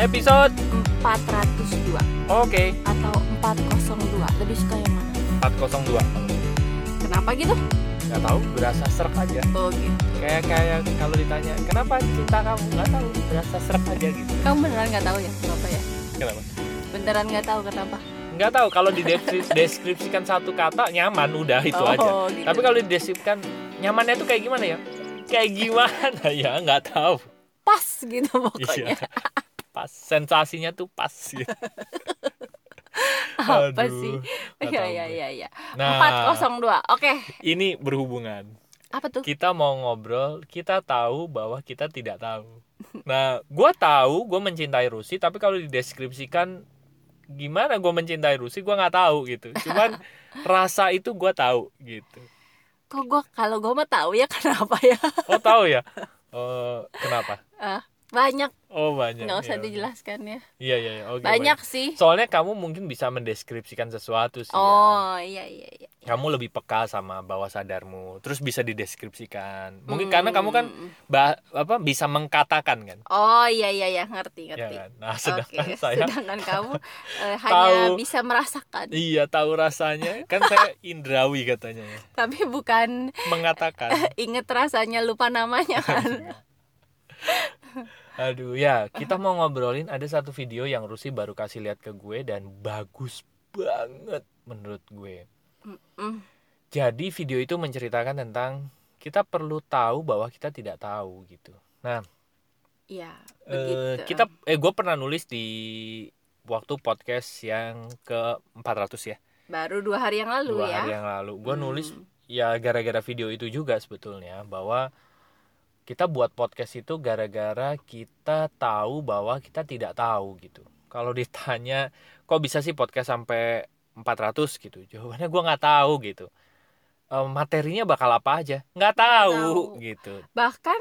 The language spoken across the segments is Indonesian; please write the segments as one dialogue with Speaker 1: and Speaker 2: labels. Speaker 1: episode
Speaker 2: 402
Speaker 1: Oke
Speaker 2: atau 402 lebih suka yang mana
Speaker 1: 402
Speaker 2: kenapa gitu
Speaker 1: nggak tahu berasa serak aja
Speaker 2: oh gitu
Speaker 1: kayak kayak kalau ditanya kenapa cinta kamu nggak tahu berasa serak aja gitu
Speaker 2: kamu beneran nggak tahu ya kenapa ya
Speaker 1: kenapa
Speaker 2: beneran nggak tahu kenapa
Speaker 1: nggak tahu kalau dideskripsikan satu kata nyaman udah itu
Speaker 2: oh,
Speaker 1: aja
Speaker 2: gitu.
Speaker 1: tapi kalau dideskripsikan nyamannya tuh kayak gimana ya kayak gimana ya nggak tahu
Speaker 2: pas gitu
Speaker 1: Iya,
Speaker 2: pokoknya
Speaker 1: pas sensasinya tuh pas gitu.
Speaker 2: apa
Speaker 1: Aduh,
Speaker 2: sih
Speaker 1: nggak
Speaker 2: ya
Speaker 1: tahu
Speaker 2: ya
Speaker 1: gue.
Speaker 2: ya ya
Speaker 1: nah
Speaker 2: 402 oke
Speaker 1: ini berhubungan
Speaker 2: apa tuh
Speaker 1: kita mau ngobrol kita tahu bahwa kita tidak tahu nah gua tahu gue mencintai Rusi tapi kalau dideskripsikan gimana gue mencintai Rusi gua nggak tahu gitu cuman rasa itu gua tahu gitu
Speaker 2: kok gua kalau gua mah tahu ya kenapa ya
Speaker 1: oh tahu ya Eh, kenapa
Speaker 2: banyak
Speaker 1: oh banyak
Speaker 2: nggak usah
Speaker 1: Iya.
Speaker 2: dijelaskan ya
Speaker 1: iya iya iya. Oke,
Speaker 2: banyak sih
Speaker 1: soalnya kamu mungkin bisa mendeskripsikan sesuatu sih ya.
Speaker 2: oh iya iya iya
Speaker 1: kamu lebih peka sama bawah sadarmu terus bisa dideskripsikan mungkin
Speaker 2: Hmm.
Speaker 1: karena kamu kan bah, apa bisa mengkatakan kan
Speaker 2: oh iya iya ya ngerti
Speaker 1: ya
Speaker 2: ngerti
Speaker 1: kan? nah
Speaker 2: Oke,
Speaker 1: sedangkan saya
Speaker 2: sedangkan kamu eh, hanya
Speaker 1: Tahu.
Speaker 2: bisa merasakan,
Speaker 1: iya tahu rasanya kan saya indrawi katanya ya.
Speaker 2: tapi bukan
Speaker 1: mengatakan
Speaker 2: inget rasanya lupa namanya kan?
Speaker 1: aduh ya kita mau ngobrolin ada satu video yang Rusi baru kasih lihat ke gue dan bagus banget menurut gue
Speaker 2: Mm,
Speaker 1: Jadi video itu menceritakan tentang kita perlu tahu bahwa kita tidak tahu gitu.
Speaker 2: Iya,
Speaker 1: Eh,
Speaker 2: begitu.
Speaker 1: kita eh gue pernah nulis di waktu podcast yang ke 400 ya
Speaker 2: baru dua hari yang lalu
Speaker 1: dua
Speaker 2: ya.
Speaker 1: hari yang lalu. Gue
Speaker 2: Hmm,
Speaker 1: nulis ya gara-gara video itu juga sebetulnya bahwa kita buat podcast itu gara-gara kita tahu bahwa kita tidak tahu gitu. Kalau ditanya kok bisa sih podcast sampai 400 gitu. Jawabannya gua nggak tahu gitu. Eh, materinya bakal apa aja? Nggak tahu,
Speaker 2: Tahu.
Speaker 1: gitu.
Speaker 2: bahkan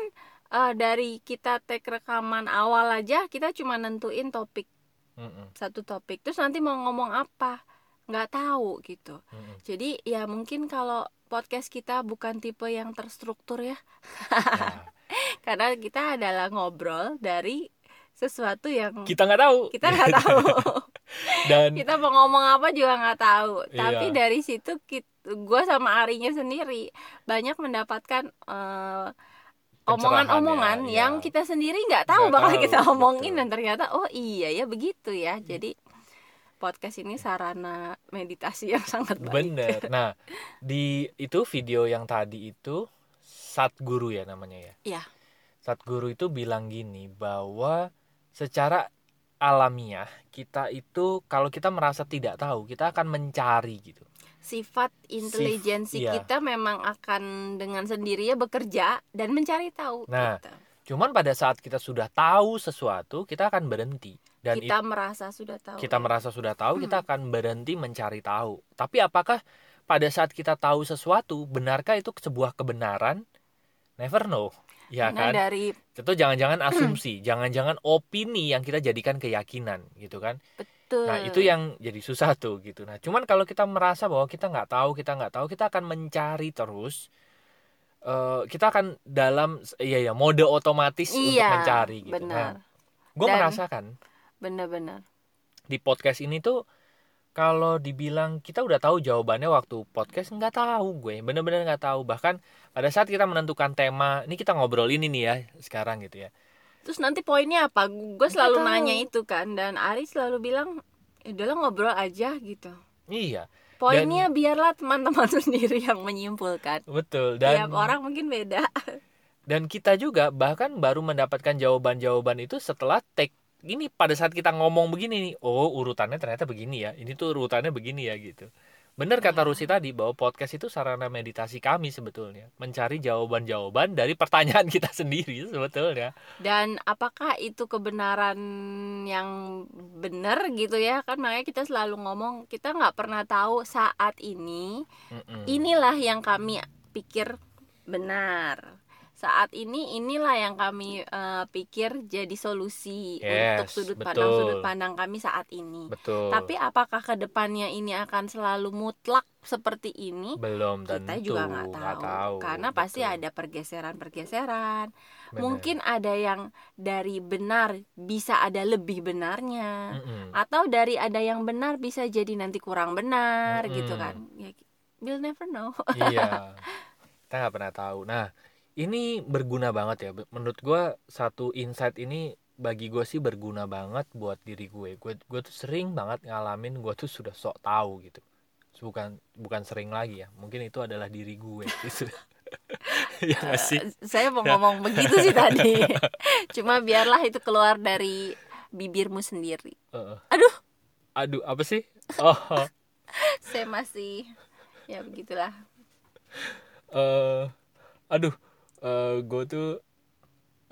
Speaker 2: eh, dari kita take rekaman awal aja kita cuma nentuin topik
Speaker 1: Mm-mm,
Speaker 2: satu topik, terus nanti mau ngomong apa nggak tahu gitu.
Speaker 1: mm-mm.
Speaker 2: Jadi ya mungkin kalau podcast kita bukan tipe yang terstruktur ya.
Speaker 1: Nah,
Speaker 2: karena kita adalah ngobrol dari sesuatu yang
Speaker 1: kita nggak tahu.
Speaker 2: kita nggak tahu
Speaker 1: Dan
Speaker 2: kita mau ngomong apa juga nggak tahu
Speaker 1: Iya.
Speaker 2: tapi dari situ gue sama Arinya sendiri banyak mendapatkan eh, omongan-omongan
Speaker 1: Pencerahan ya,
Speaker 2: yang
Speaker 1: iya.
Speaker 2: kita sendiri nggak tahu
Speaker 1: Nggak
Speaker 2: bakal
Speaker 1: tahu,
Speaker 2: kita omongin
Speaker 1: betul.
Speaker 2: dan ternyata oh iya ya begitu ya jadi podcast ini sarana meditasi yang sangat baik
Speaker 1: bener. Nah, di itu video yang tadi itu Satguru ya namanya ya.
Speaker 2: Iya.
Speaker 1: Satguru itu bilang gini bahwa secara alamiah kita itu kalau kita merasa tidak tahu, kita akan mencari gitu.
Speaker 2: sifat intelijensi
Speaker 1: iya.
Speaker 2: kita memang akan dengan sendirinya bekerja dan mencari tahu
Speaker 1: Nah,
Speaker 2: gitu.
Speaker 1: Cuman pada saat kita sudah tahu sesuatu, kita akan berhenti dan
Speaker 2: kita merasa sudah tahu
Speaker 1: kita
Speaker 2: ya.
Speaker 1: merasa sudah tahu, kita akan berhenti mencari tahu. Tapi apakah pada saat kita tahu sesuatu, benarkah itu sebuah kebenaran? Never know. Ya
Speaker 2: nah
Speaker 1: kan?
Speaker 2: dari
Speaker 1: Itu jangan-jangan
Speaker 2: Hmm.
Speaker 1: asumsi, jangan-jangan opini yang kita jadikan keyakinan gitu kan.
Speaker 2: betul
Speaker 1: Nah, itu yang jadi susah tuh gitu. Nah, cuman kalau kita merasa bahwa kita nggak tahu, kita nggak tahu, kita akan mencari terus Eh, kita akan dalam iya ya mode otomatis untuk
Speaker 2: Iya,
Speaker 1: mencari gitu.
Speaker 2: benar
Speaker 1: gue
Speaker 2: Dan-
Speaker 1: merasakan
Speaker 2: benar-benar
Speaker 1: di podcast ini tuh kalau dibilang kita udah tahu jawabannya waktu podcast nggak tahu gue bener-bener nggak tahu bahkan pada saat kita menentukan tema ini kita ngobrol ini nih ya sekarang gitu ya
Speaker 2: terus nanti poinnya apa gue
Speaker 1: Nggak tahu.
Speaker 2: selalu nanya itu kan dan Ari selalu bilang "Ya udahlah ngobrol aja gitu
Speaker 1: iya
Speaker 2: poinnya biarlah teman-teman sendiri yang menyimpulkan
Speaker 1: betul dan
Speaker 2: tiap orang mungkin beda
Speaker 1: dan kita juga bahkan baru mendapatkan jawaban-jawaban itu setelah take ini pada saat kita ngomong begini nih oh urutannya ternyata begini ya ini tuh urutannya begini ya gitu bener kata
Speaker 2: Iya.
Speaker 1: Rusi tadi bahwa podcast itu sarana meditasi kami sebetulnya mencari jawaban-jawaban dari pertanyaan kita sendiri sebetulnya
Speaker 2: dan apakah itu kebenaran yang benar gitu ya kan makanya kita selalu ngomong kita nggak pernah tahu saat ini
Speaker 1: Mm-mm.
Speaker 2: inilah yang kami pikir benar saat ini inilah yang kami eh, pikir jadi solusi
Speaker 1: Yes,
Speaker 2: untuk sudut pandang
Speaker 1: betul.
Speaker 2: sudut pandang kami saat ini.
Speaker 1: betul
Speaker 2: Tapi apakah kedepannya ini akan selalu mutlak seperti ini?
Speaker 1: belum
Speaker 2: Kita
Speaker 1: tentu
Speaker 2: juga nggak tahu. karena pasti
Speaker 1: Betul.
Speaker 2: ada pergeseran-pergeseran.
Speaker 1: Benar.
Speaker 2: Mungkin ada yang dari benar bisa ada lebih benarnya,
Speaker 1: Mm-mm.
Speaker 2: atau dari ada yang benar bisa jadi nanti kurang benar
Speaker 1: Mm-mm.
Speaker 2: gitu kan? Ya, we'll never know.
Speaker 1: iya kita nggak pernah tahu nah ini berguna banget ya menurut gua satu insight ini bagi gue sih berguna banget buat diri gue gue gue tuh sering banget ngalamin gue tuh sudah sok tahu gitu bukan bukan sering lagi ya mungkin itu adalah diri gue gitu ya
Speaker 2: Eh,
Speaker 1: nggak sih Ya.
Speaker 2: Saya mau ngomong begitu sih tadi. Cuma biarlah itu keluar dari bibirmu sendiri.
Speaker 1: Heeh.
Speaker 2: eh, Aduh.
Speaker 1: aduh apa sih oh
Speaker 2: Saya masih ya begitulah.
Speaker 1: eh, aduh gue tuh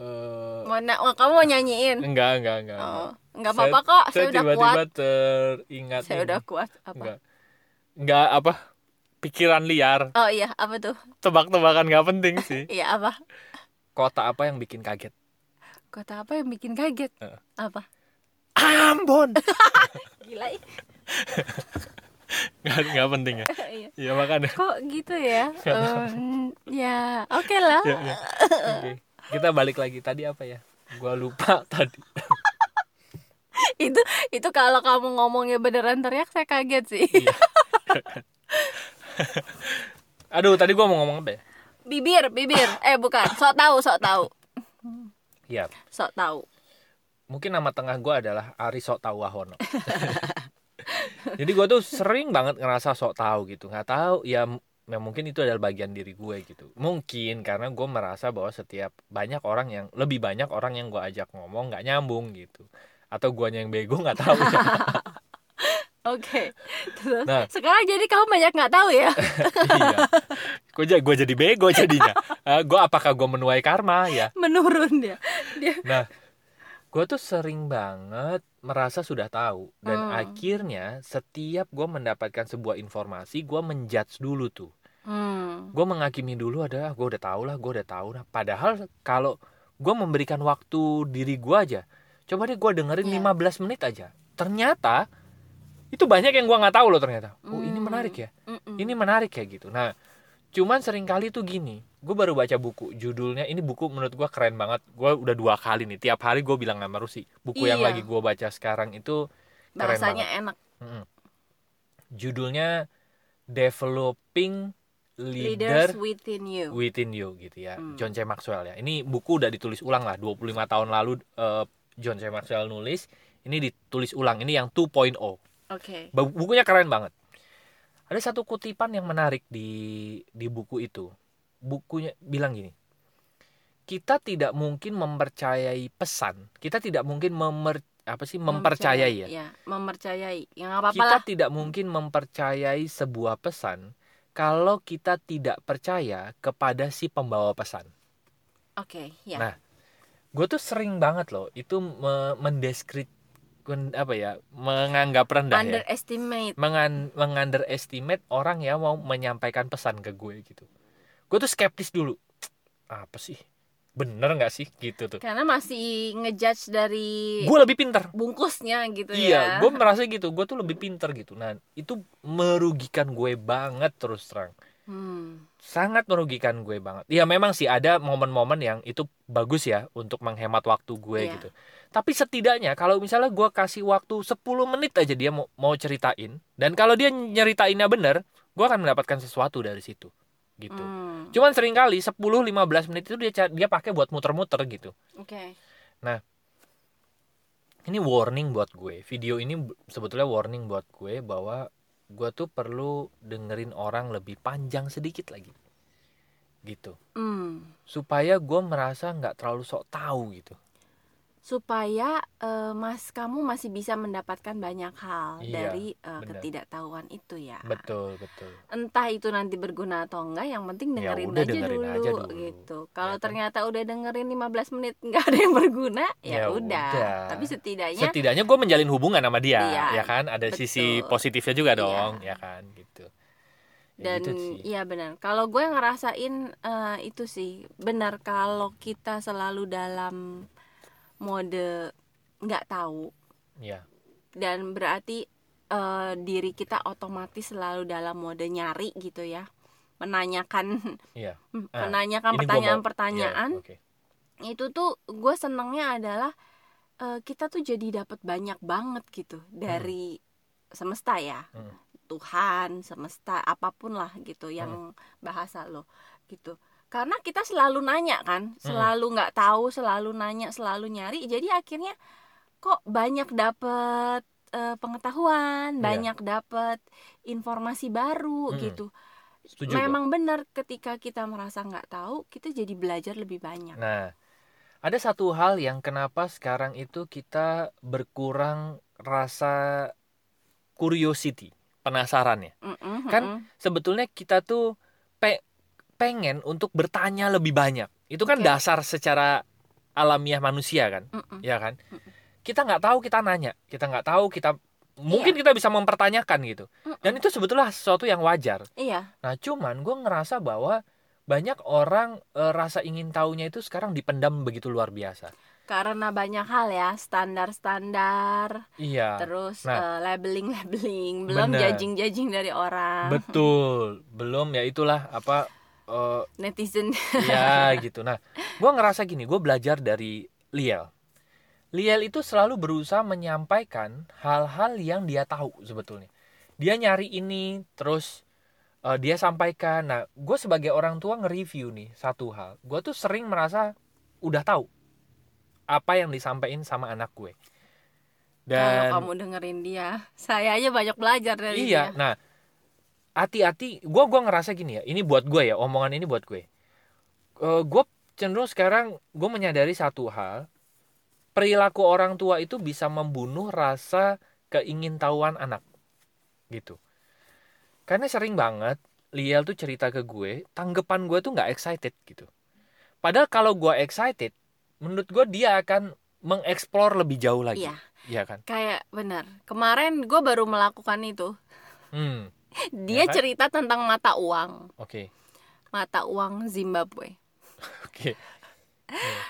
Speaker 1: eh,
Speaker 2: Mau na- oh, kamu mau nyanyiin?
Speaker 1: enggak enggak enggak, enggak.
Speaker 2: Oh, nggak apa-apa kok. Saya, udah kuat.
Speaker 1: tiba-tiba teringat
Speaker 2: Saya
Speaker 1: ini.
Speaker 2: udah kuat. Apa?
Speaker 1: Enggak. Enggak apa? Pikiran liar,
Speaker 2: Oh iya, apa tuh?
Speaker 1: tebak-tebakan nggak penting sih.
Speaker 2: Iya apa?
Speaker 1: Kota apa yang bikin kaget?
Speaker 2: Kota apa yang bikin kaget?
Speaker 1: Heeh.
Speaker 2: Apa?
Speaker 1: Ambon.
Speaker 2: Gila ih.
Speaker 1: Enggak enggak penting ya.
Speaker 2: Iya.
Speaker 1: Iya makanya.
Speaker 2: Kok gitu ya? Em, ya, oke lah.
Speaker 1: Ya, ya. Oke. Kita balik lagi tadi apa ya? Gua lupa tadi.
Speaker 2: Itu itu kalau kamu ngomongnya beneran teriak saya kaget sih.
Speaker 1: Iya. Aduh, tadi gua mau ngomong apa ya?
Speaker 2: bibir, bibir. Eh bukan, sok tahu, sok tahu.
Speaker 1: Iya.
Speaker 2: Sok tahu.
Speaker 1: Mungkin nama tengah gua adalah Ari Sok Tahu Wahono. Jadi gua tuh sering banget ngerasa sok tahu gitu. Nggak tahu ya m- ya mungkin itu adalah bagian diri gue gitu. Mungkin karena gue merasa bahwa setiap banyak orang yang lebih banyak orang yang gue ajak ngomong nggak nyambung gitu. Atau guanya yang bego nggak ya. tahu.
Speaker 2: Oke. Terus
Speaker 1: Nah.
Speaker 2: sekarang jadi kamu banyak nggak tahu ya?
Speaker 1: iya. Gue jadi gue jadi bego jadinya. Eh, gue apakah gue menuai karma ya?
Speaker 2: Menurun dia.
Speaker 1: Gue tuh sering banget merasa sudah tahu dan
Speaker 2: Hmm.
Speaker 1: akhirnya setiap gue mendapatkan sebuah informasi gue menjudge dulu tuh.
Speaker 2: Hmm.
Speaker 1: gue menghakimi dulu adalah gue udah tau lah gue udah tau lah padahal kalau gue memberikan waktu diri gue aja coba deh gue dengerin
Speaker 2: Iya.
Speaker 1: 15 menit aja ternyata itu banyak yang gue nggak tahu loh ternyata oh ini
Speaker 2: Hmm.
Speaker 1: menarik ya
Speaker 2: Mm-mm.
Speaker 1: ini menarik ya gitu nah cuman seringkali tuh gini gue baru baca buku judulnya ini buku menurut gue keren banget gue udah dua kali nih tiap hari gue bilang sama Rusi buku yang
Speaker 2: Iya.
Speaker 1: lagi gue baca sekarang itu keren
Speaker 2: bahasanya enak.
Speaker 1: mm, judulnya developing leader
Speaker 2: Leaders within you.
Speaker 1: Within You gitu ya.
Speaker 2: Hmm.
Speaker 1: John C Maxwell ya. Ini buku udah ditulis ulang lah 25 tahun lalu eh, John C Maxwell nulis, ini ditulis ulang. Ini yang oh. 2.0.
Speaker 2: Oke.
Speaker 1: Bu- Bukunya keren banget. Ada satu kutipan yang menarik di di buku itu. Bukunya bilang gini. Kita tidak mungkin mempercayai pesan. Kita tidak mungkin memer, apa sih mempercayai ya.
Speaker 2: Iya, mempercayai. Ya nggak apa-apa
Speaker 1: Kita
Speaker 2: lah.
Speaker 1: tidak mungkin mempercayai sebuah pesan kalau kita tidak percaya kepada si pembawa pesan.
Speaker 2: Oke, ya.
Speaker 1: Nah, gue tuh sering banget loh itu me- mendeskrit men- apa ya menganggap rendah ya
Speaker 2: Underestimate.
Speaker 1: mengan mengunderestimate orang yang mau menyampaikan pesan ke gue gitu gue tuh skeptis dulu apa sih bener nggak sih gitu tuh
Speaker 2: Karena masih ngejudge dari
Speaker 1: gue lebih pinter
Speaker 2: bungkusnya gitu
Speaker 1: iya
Speaker 2: ya.
Speaker 1: gue merasa gitu gue tuh lebih pinter gitu nah itu merugikan gue banget terus terang
Speaker 2: Hmm.
Speaker 1: sangat merugikan gue banget. Ya memang sih ada momen-momen yang itu bagus ya untuk menghemat waktu gue
Speaker 2: Iya.
Speaker 1: gitu. Tapi setidaknya kalau misalnya gue kasih waktu 10 menit aja dia mau, mau ceritain dan kalau dia nyeritainnya bener, gue akan mendapatkan sesuatu dari situ gitu.
Speaker 2: Hmm.
Speaker 1: Cuman seringkali 10 15 menit itu dia ca- dia pakai buat muter-muter gitu.
Speaker 2: Oke.
Speaker 1: Ini warning buat gue. Video ini b- sebetulnya warning buat gue bahwa gue tuh perlu dengerin orang lebih panjang sedikit lagi. Gitu.
Speaker 2: Hmm.
Speaker 1: supaya gue merasa nggak terlalu sok tahu gitu
Speaker 2: Supaya eh, Mas kamu masih bisa mendapatkan banyak hal
Speaker 1: Iya,
Speaker 2: dari eh,
Speaker 1: benar.
Speaker 2: ketidaktahuan itu ya.
Speaker 1: betul betul
Speaker 2: Entah itu nanti berguna atau enggak, yang penting
Speaker 1: Ya
Speaker 2: dengerin,
Speaker 1: udah,
Speaker 2: aja,
Speaker 1: dengerin
Speaker 2: dulu,
Speaker 1: aja dulu.
Speaker 2: gitu. Kalau
Speaker 1: Ya kan?
Speaker 2: ternyata udah dengerin 15 menit nggak ada yang berguna, ya,
Speaker 1: Ya
Speaker 2: udah.
Speaker 1: udah.
Speaker 2: Tapi setidaknya
Speaker 1: setidaknya gue menjalin hubungan sama dia ya
Speaker 2: Iya,
Speaker 1: kan ada
Speaker 2: betul.
Speaker 1: sisi positifnya juga
Speaker 2: Iya.
Speaker 1: dong ya kan gitu Ya,
Speaker 2: dan
Speaker 1: gitu sih.
Speaker 2: iya benar kalau gue ngerasain eh, itu sih benar kalau kita selalu dalam mode nggak tahu
Speaker 1: Iya.
Speaker 2: dan berarti eh, diri kita otomatis selalu dalam mode nyari gitu ya menanyakan
Speaker 1: Iya. Ah, ini gua
Speaker 2: menanyakan
Speaker 1: mau-
Speaker 2: pertanyaan-pertanyaan
Speaker 1: Iya, oke.
Speaker 2: itu tuh gue senengnya adalah eh, kita tuh jadi dapat banyak banget gitu dari semesta ya
Speaker 1: Hmm.
Speaker 2: Tuhan semesta apapun lah gitu
Speaker 1: Hmm.
Speaker 2: yang bahasa lo gitu karena kita selalu nanya kan
Speaker 1: Hmm.
Speaker 2: selalu nggak tahu selalu nanya selalu nyari jadi akhirnya kok banyak dapet eh,
Speaker 1: Iya.
Speaker 2: pengetahuan banyak dapet informasi baru
Speaker 1: Mm.
Speaker 2: gitu
Speaker 1: Setuju. gua.
Speaker 2: memang benar ketika kita merasa nggak tahu kita jadi belajar lebih banyak
Speaker 1: Nah, ada satu hal yang kenapa sekarang itu kita berkurang rasa curiosity, penasaran ya.
Speaker 2: Mm-mm,
Speaker 1: Kan
Speaker 2: mm-mm.
Speaker 1: Sebetulnya kita tuh pe- pengen untuk bertanya lebih banyak. Itu kan
Speaker 2: Oke.
Speaker 1: dasar secara alamiah manusia kan,
Speaker 2: Mm-mm.
Speaker 1: ya kan? Kita nggak tahu kita nanya, kita nggak tahu kita mungkin kita bisa mempertanyakan gitu.
Speaker 2: Mm-mm.
Speaker 1: Dan itu sebetulnya sesuatu yang wajar.
Speaker 2: iya
Speaker 1: Nah, cuman gue ngerasa bahwa banyak orang eh, rasa ingin tahunya itu sekarang dipendam begitu luar biasa.
Speaker 2: karena banyak hal ya standar-standar
Speaker 1: Iya,
Speaker 2: terus
Speaker 1: Nah.
Speaker 2: eh, labeling-labeling belum
Speaker 1: Bener.
Speaker 2: judging-judging dari orang
Speaker 1: betul. Belum ya itulah apa eh,
Speaker 2: netizen
Speaker 1: ya gitu. Nah, gue ngerasa gini, gue belajar dari Liel. Liel itu selalu berusaha menyampaikan hal-hal yang dia tahu sebetulnya. Dia nyari ini, terus eh, dia sampaikan. Nah, gue sebagai orang tua nge-review nih satu hal. Gue tuh sering merasa udah tahu apa yang disampaikan sama anak gue.
Speaker 2: kalau
Speaker 1: Dan
Speaker 2: kamu dengerin dia saya aja banyak belajar dari
Speaker 1: Iya,
Speaker 2: dia
Speaker 1: nah hati-hati. Gue gua ngerasa gini ya. Ini buat gue ya, omongan ini buat gue. gue cenderung sekarang gue menyadari satu hal. Perilaku orang tua itu bisa membunuh rasa keingintahuan anak, gitu. Karena sering banget Liel tuh cerita ke gue, tanggapan gue tuh nggak excited gitu. Padahal kalau gue excited, menurut gue dia akan mengeksplor lebih jauh lagi.
Speaker 2: Iya.
Speaker 1: Iya kan?
Speaker 2: kayak benar kemarin gue baru melakukan itu
Speaker 1: Hmm,
Speaker 2: dia
Speaker 1: kan?
Speaker 2: cerita tentang mata uang
Speaker 1: oke,
Speaker 2: mata uang Zimbabwe
Speaker 1: oke.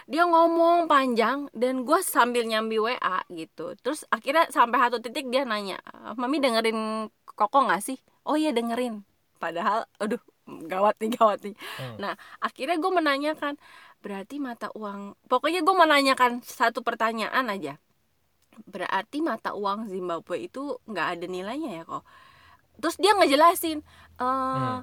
Speaker 2: dia ngomong panjang dan gue sambil nyambi WA gitu terus akhirnya sampai satu titik dia nanya mami dengerin koko nggak sih oh iya dengerin padahal aduh gawat nih gawat nih
Speaker 1: Hmm.
Speaker 2: nah akhirnya gue menanyakan berarti mata uang pokoknya gue menanyakan satu pertanyaan aja berarti mata uang Zimbabwe itu nggak ada nilainya ya kok terus dia ngejelasin eh
Speaker 1: Hmm.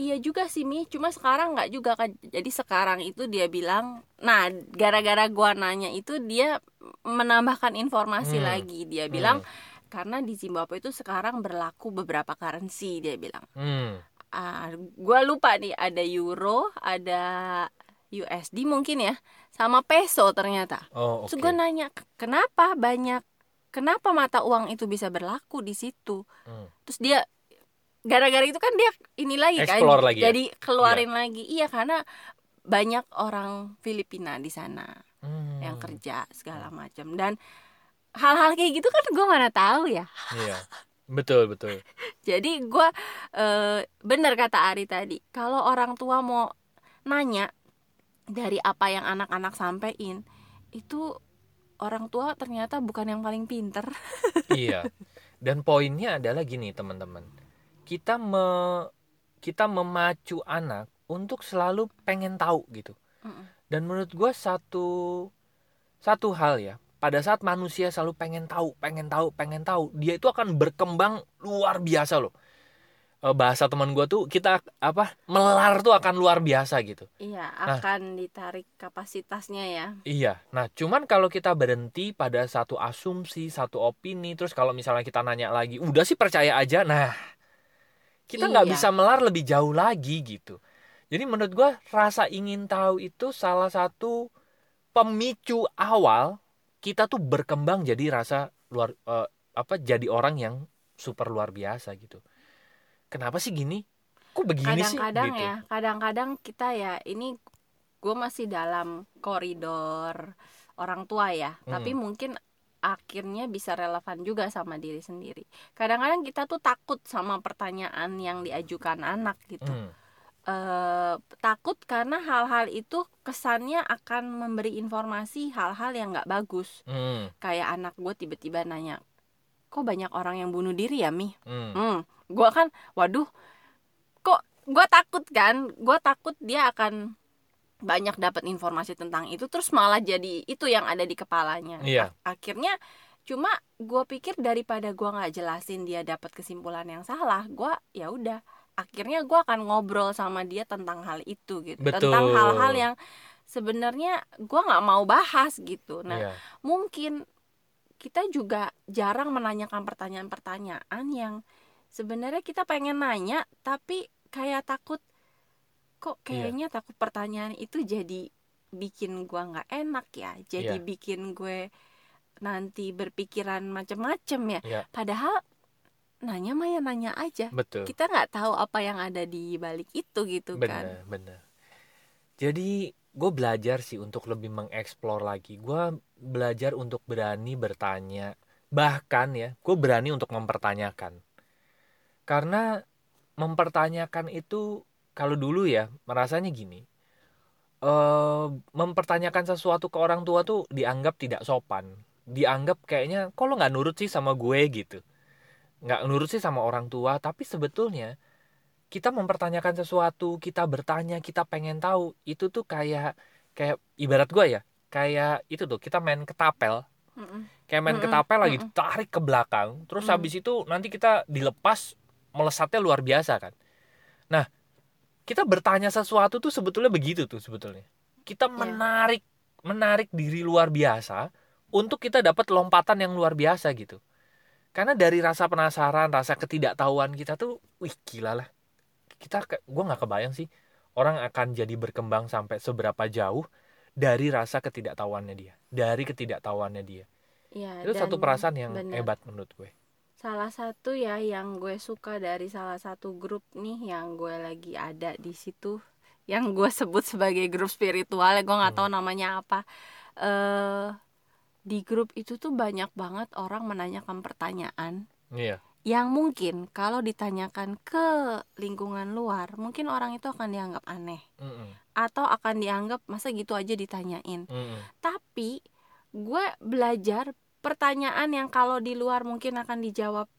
Speaker 2: Iya juga sih Mi, cuma sekarang nggak juga kan. Jadi sekarang itu dia bilang, nah gara-gara gua nanya itu dia menambahkan informasi
Speaker 1: Hmm.
Speaker 2: lagi. Dia bilang karena di Zimbabwe itu sekarang berlaku beberapa currency dia bilang.
Speaker 1: Hmm.
Speaker 2: Ah, gua lupa nih ada euro, ada USD mungkin ya, sama peso ternyata.
Speaker 1: Oh, oke.
Speaker 2: Terus gua nanya, "Kenapa banyak kenapa mata uang itu bisa berlaku di situ?"
Speaker 1: Hmm.
Speaker 2: terus dia gara-gara itu kan dia ini lagi
Speaker 1: Explore
Speaker 2: kan
Speaker 1: lagi ya?
Speaker 2: jadi keluarin lagi iya karena banyak orang Filipina di sana
Speaker 1: Hmm.
Speaker 2: yang kerja segala macam dan hal-hal kayak gitu kan gue mana tahu ya
Speaker 1: Iya. Betul, betul.
Speaker 2: jadi gue bener kata Ari tadi kalau orang tua mau nanya dari apa yang anak-anak sampein itu orang tua ternyata bukan yang paling pinter
Speaker 1: iya. Dan poinnya adalah gini, teman-teman. Kita me- kita memacu anak untuk selalu pengen tahu gitu.
Speaker 2: Mm-mm.
Speaker 1: Dan menurut gue satu satu hal ya, pada saat manusia selalu pengen tahu, pengen tahu, pengen tahu, dia itu akan berkembang luar biasa loh. Eh, Bahasa teman gue tuh kita apa melar tuh akan luar biasa gitu.
Speaker 2: iya akan ditarik kapasitasnya ya
Speaker 1: Iya, nah cuman kalau kita berhenti pada satu asumsi, satu opini, terus kalau misalnya kita nanya lagi, udah sih percaya aja, nah kita nggak
Speaker 2: Iya.
Speaker 1: bisa melar lebih jauh lagi gitu. Jadi menurut gua rasa ingin tahu itu salah satu pemicu awal kita tuh berkembang jadi rasa luar eh, apa jadi orang yang super luar biasa gitu. Kenapa sih gini? Kok begini sih?
Speaker 2: kadang-kadang
Speaker 1: Gitu.
Speaker 2: ya kadang-kadang kita ya ini gue masih dalam koridor orang tua ya
Speaker 1: Mm.
Speaker 2: tapi mungkin akhirnya bisa relevan juga sama diri sendiri. Kadang-kadang kita tuh takut sama pertanyaan yang diajukan anak gitu.
Speaker 1: Hmm.
Speaker 2: Eh, takut karena hal-hal itu kesannya akan memberi informasi hal-hal yang nggak bagus.
Speaker 1: Hmm.
Speaker 2: Kayak anak gue tiba-tiba nanya, kok banyak orang yang bunuh diri ya mi?
Speaker 1: Hmm.
Speaker 2: Hmm, gue kan, waduh, kok gue takut kan? Gue takut dia akan banyak dapat informasi tentang itu, terus malah jadi itu yang ada di kepalanya.
Speaker 1: Iya.
Speaker 2: Akhirnya cuma gue pikir daripada gue nggak jelasin dia dapat kesimpulan yang salah, gue ya udah. Akhirnya gue akan ngobrol sama dia tentang hal itu gitu,
Speaker 1: Betul.
Speaker 2: tentang hal-hal yang sebenarnya gue nggak mau bahas gitu. Nah
Speaker 1: Iya.
Speaker 2: mungkin kita juga jarang menanyakan pertanyaan-pertanyaan yang sebenarnya kita pengen nanya tapi kayak takut kok
Speaker 1: Iya.
Speaker 2: kayaknya takut pertanyaan itu jadi bikin gua nggak enak ya jadi
Speaker 1: Iya.
Speaker 2: bikin gue nanti berpikiran macem-macem ya
Speaker 1: Iya.
Speaker 2: padahal nanya mah ya nanya aja
Speaker 1: Betul.
Speaker 2: kita nggak tahu apa yang ada di balik itu gitu kan
Speaker 1: Bener, bener. Jadi gue belajar sih untuk lebih mengeksplor lagi. Gue belajar untuk berani bertanya. Bahkan ya, gue berani untuk mempertanyakan. Karena mempertanyakan itu kalau dulu ya merasanya gini. eh mempertanyakan sesuatu ke orang tua tuh dianggap tidak sopan. Dianggap kayaknya kok lo nggak nurut sih sama gue gitu. Nggak nurut sih sama orang tua, tapi sebetulnya kita mempertanyakan sesuatu, kita bertanya, kita pengen tahu, itu tuh kayak kayak ibarat gue ya, kayak itu tuh kita main ketapel,
Speaker 2: Mm-mm.
Speaker 1: kayak main
Speaker 2: Mm-mm,
Speaker 1: ketapel lagi
Speaker 2: mm-mm.
Speaker 1: tarik ke belakang, terus
Speaker 2: Mm.
Speaker 1: habis itu nanti kita dilepas melesatnya luar biasa kan. Nah, kita bertanya sesuatu tuh sebetulnya begitu tuh sebetulnya. Kita
Speaker 2: Iya.
Speaker 1: menarik menarik diri luar biasa untuk kita dapat lompatan yang luar biasa gitu. Karena dari rasa penasaran, rasa ketidaktahuan kita tuh, wih gila lah. Kita ke- gua nggak kebayang sih orang akan jadi berkembang sampai seberapa jauh dari rasa ketidaktahuannya dia, dari ketidaktahuannya dia.
Speaker 2: Ya,
Speaker 1: Itu satu
Speaker 2: dan
Speaker 1: perasaan yang
Speaker 2: bener.
Speaker 1: hebat menurut gue.
Speaker 2: Salah satu ya yang gue suka dari salah satu grup nih yang gue lagi ada di situ yang gue sebut sebagai grup spiritual gue nggak tahu namanya apa eh di grup itu tuh banyak banget orang menanyakan pertanyaan
Speaker 1: Iya,
Speaker 2: yang mungkin kalau ditanyakan ke lingkungan luar mungkin orang itu akan dianggap aneh
Speaker 1: Mm-mm.
Speaker 2: atau akan dianggap masa gitu aja ditanyain
Speaker 1: Mm-mm.
Speaker 2: tapi gue belajar pertanyaan yang kalau di luar mungkin akan dijawab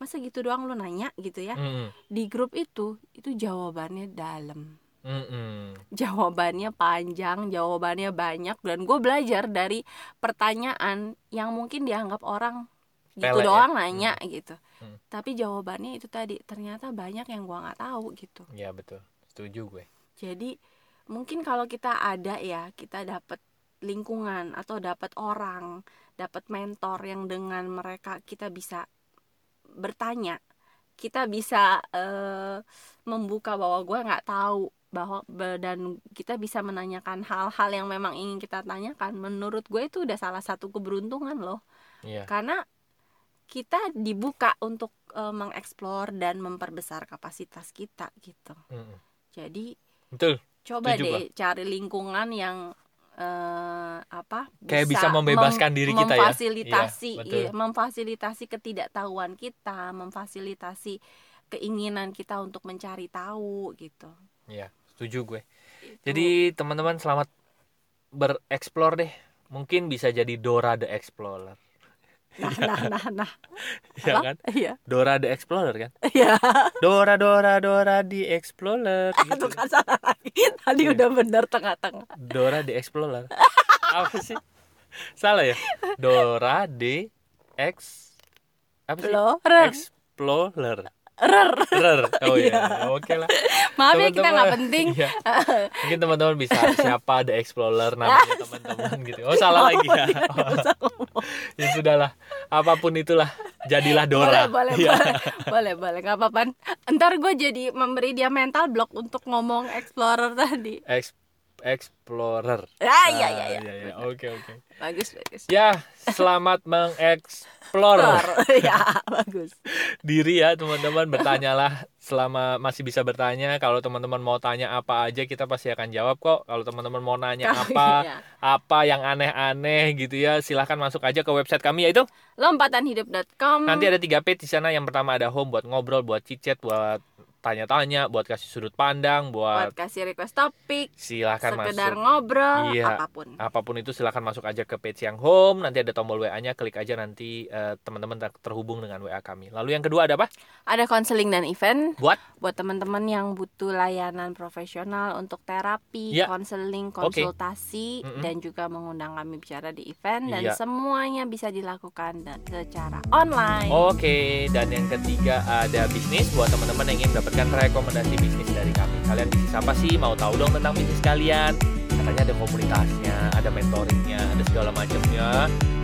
Speaker 2: masa gitu doang lu nanya gitu ya
Speaker 1: Mm-mm.
Speaker 2: di grup itu itu jawabannya dalam
Speaker 1: Mm-mm.
Speaker 2: jawabannya panjang jawabannya banyak dan gue belajar dari pertanyaan yang mungkin dianggap orang gitu
Speaker 1: Pele ya?
Speaker 2: doang nanya gitu
Speaker 1: Hmm.
Speaker 2: tapi jawabannya itu tadi ternyata banyak yang gue nggak tahu gitu
Speaker 1: Iya, betul, setuju gue.
Speaker 2: jadi mungkin kalau kita ada ya, kita dapat lingkungan atau dapat orang, dapat mentor yang dengan mereka kita bisa bertanya, kita bisa eh, membuka bahwa gue nggak tahu bahwa be- dan kita bisa menanyakan hal-hal yang memang ingin kita tanyakan. Menurut gue itu udah salah satu keberuntungan loh,
Speaker 1: Iya,
Speaker 2: karena kita dibuka untuk eh, mengeksplor dan memperbesar kapasitas kita gitu.
Speaker 1: Mm-mm.
Speaker 2: Jadi
Speaker 1: betul.
Speaker 2: coba
Speaker 1: Setuju
Speaker 2: deh cari lingkungan yang eh, apa
Speaker 1: Kayak bisa membebaskan diri kita ya.
Speaker 2: memfasilitasi
Speaker 1: Iya, betul.
Speaker 2: iya, memfasilitasi ketidaktahuan kita memfasilitasi keinginan kita untuk mencari tahu gitu
Speaker 1: Iya, setuju gue.
Speaker 2: Itu-
Speaker 1: Jadi teman-teman selamat bereksplor deh. Mungkin bisa jadi Dora the Explorer.
Speaker 2: nah nah nah nah
Speaker 1: Ya
Speaker 2: Apa?
Speaker 1: kan?
Speaker 2: iya
Speaker 1: Dora the Explorer kan?
Speaker 2: iya
Speaker 1: Dora Dora Dora the Explorer. gitu.
Speaker 2: itu kan salah lagi tadi
Speaker 1: Iya.
Speaker 2: udah bener tengah-tengah
Speaker 1: Dora the Explorer. Apa sih? Salah ya? Dora the X apa sih?
Speaker 2: Explorer.
Speaker 1: Explorer.
Speaker 2: Rer.
Speaker 1: Rer. Oh iya,
Speaker 2: Iya.
Speaker 1: oke lah.
Speaker 2: maaf ya kita nggak
Speaker 1: Teman-teman.
Speaker 2: penting
Speaker 1: Iya. Mungkin teman-teman bisa siapa the Explorer namanya teman-teman gitu. Oh, salah lagi ya.
Speaker 2: iya.
Speaker 1: ya sudahlah. Apapun itulah, jadilah Dora.
Speaker 2: boleh boleh
Speaker 1: Iya.
Speaker 2: boleh boleh boleh nggak apa-apa ntar gue jadi memberi dia mental block untuk ngomong explorer tadi
Speaker 1: Explorer explorer.
Speaker 2: Ah, iya, iya,
Speaker 1: Ah,
Speaker 2: iya.
Speaker 1: iya, iya. Oke, oke.
Speaker 2: Bagus, bagus.
Speaker 1: Ya, selamat mengeksplor
Speaker 2: Explore. ya, bagus.
Speaker 1: diri ya, teman-teman. Bertanyalah selama masih bisa bertanya. Kalau teman-teman mau tanya apa aja, kita pasti akan jawab kok. Kalau teman-teman mau nanya apa,
Speaker 2: Iya.
Speaker 1: apa yang aneh-aneh gitu ya, silahkan masuk aja ke website kami yaitu
Speaker 2: Lompatanhidup.com.
Speaker 1: Nanti ada tiga page di sana. Yang pertama ada home buat ngobrol, buat chit-chat, buat tanya-tanya, buat kasih sudut pandang, buat
Speaker 2: buat kasih request topik,
Speaker 1: silahkan masuk.
Speaker 2: sekedar ngobrol,
Speaker 1: Iya.
Speaker 2: apapun.
Speaker 1: Apapun itu silahkan masuk aja ke page yang home. Nanti ada tombol WA-nya, klik aja nanti eh, teman-teman ter- terhubung dengan WA kami. Lalu yang kedua ada apa?
Speaker 2: Ada konseling dan event
Speaker 1: Buat?
Speaker 2: buat teman-teman yang butuh layanan profesional untuk terapi,
Speaker 1: Iya.
Speaker 2: konseling,
Speaker 1: Oke.
Speaker 2: konsultasi
Speaker 1: Mm-mm.
Speaker 2: dan juga mengundang kami bicara di event dan
Speaker 1: Iya.
Speaker 2: semuanya bisa dilakukan da- secara online.
Speaker 1: Oh. Oke, dan yang ketiga ada bisnis buat teman-teman yang ingin mendapatkan rekomendasi bisnis dari kami. Kalian bisnis apa sih? Mau tahu dong tentang bisnis kalian? Katanya ada komunitasnya, ada mentoringnya, ada segala macamnya.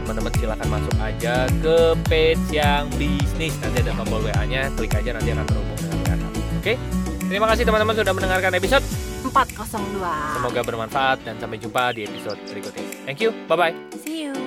Speaker 1: Teman-teman silahkan masuk aja ke page yang bisnis. Nanti ada tombol WA-nya, klik aja nanti akan terhubung dengan WA kami. Oke, terima kasih teman-teman sudah mendengarkan episode.
Speaker 2: 402.
Speaker 1: Semoga bermanfaat dan sampai jumpa di episode berikutnya. Thank you, bye-bye.
Speaker 2: See you.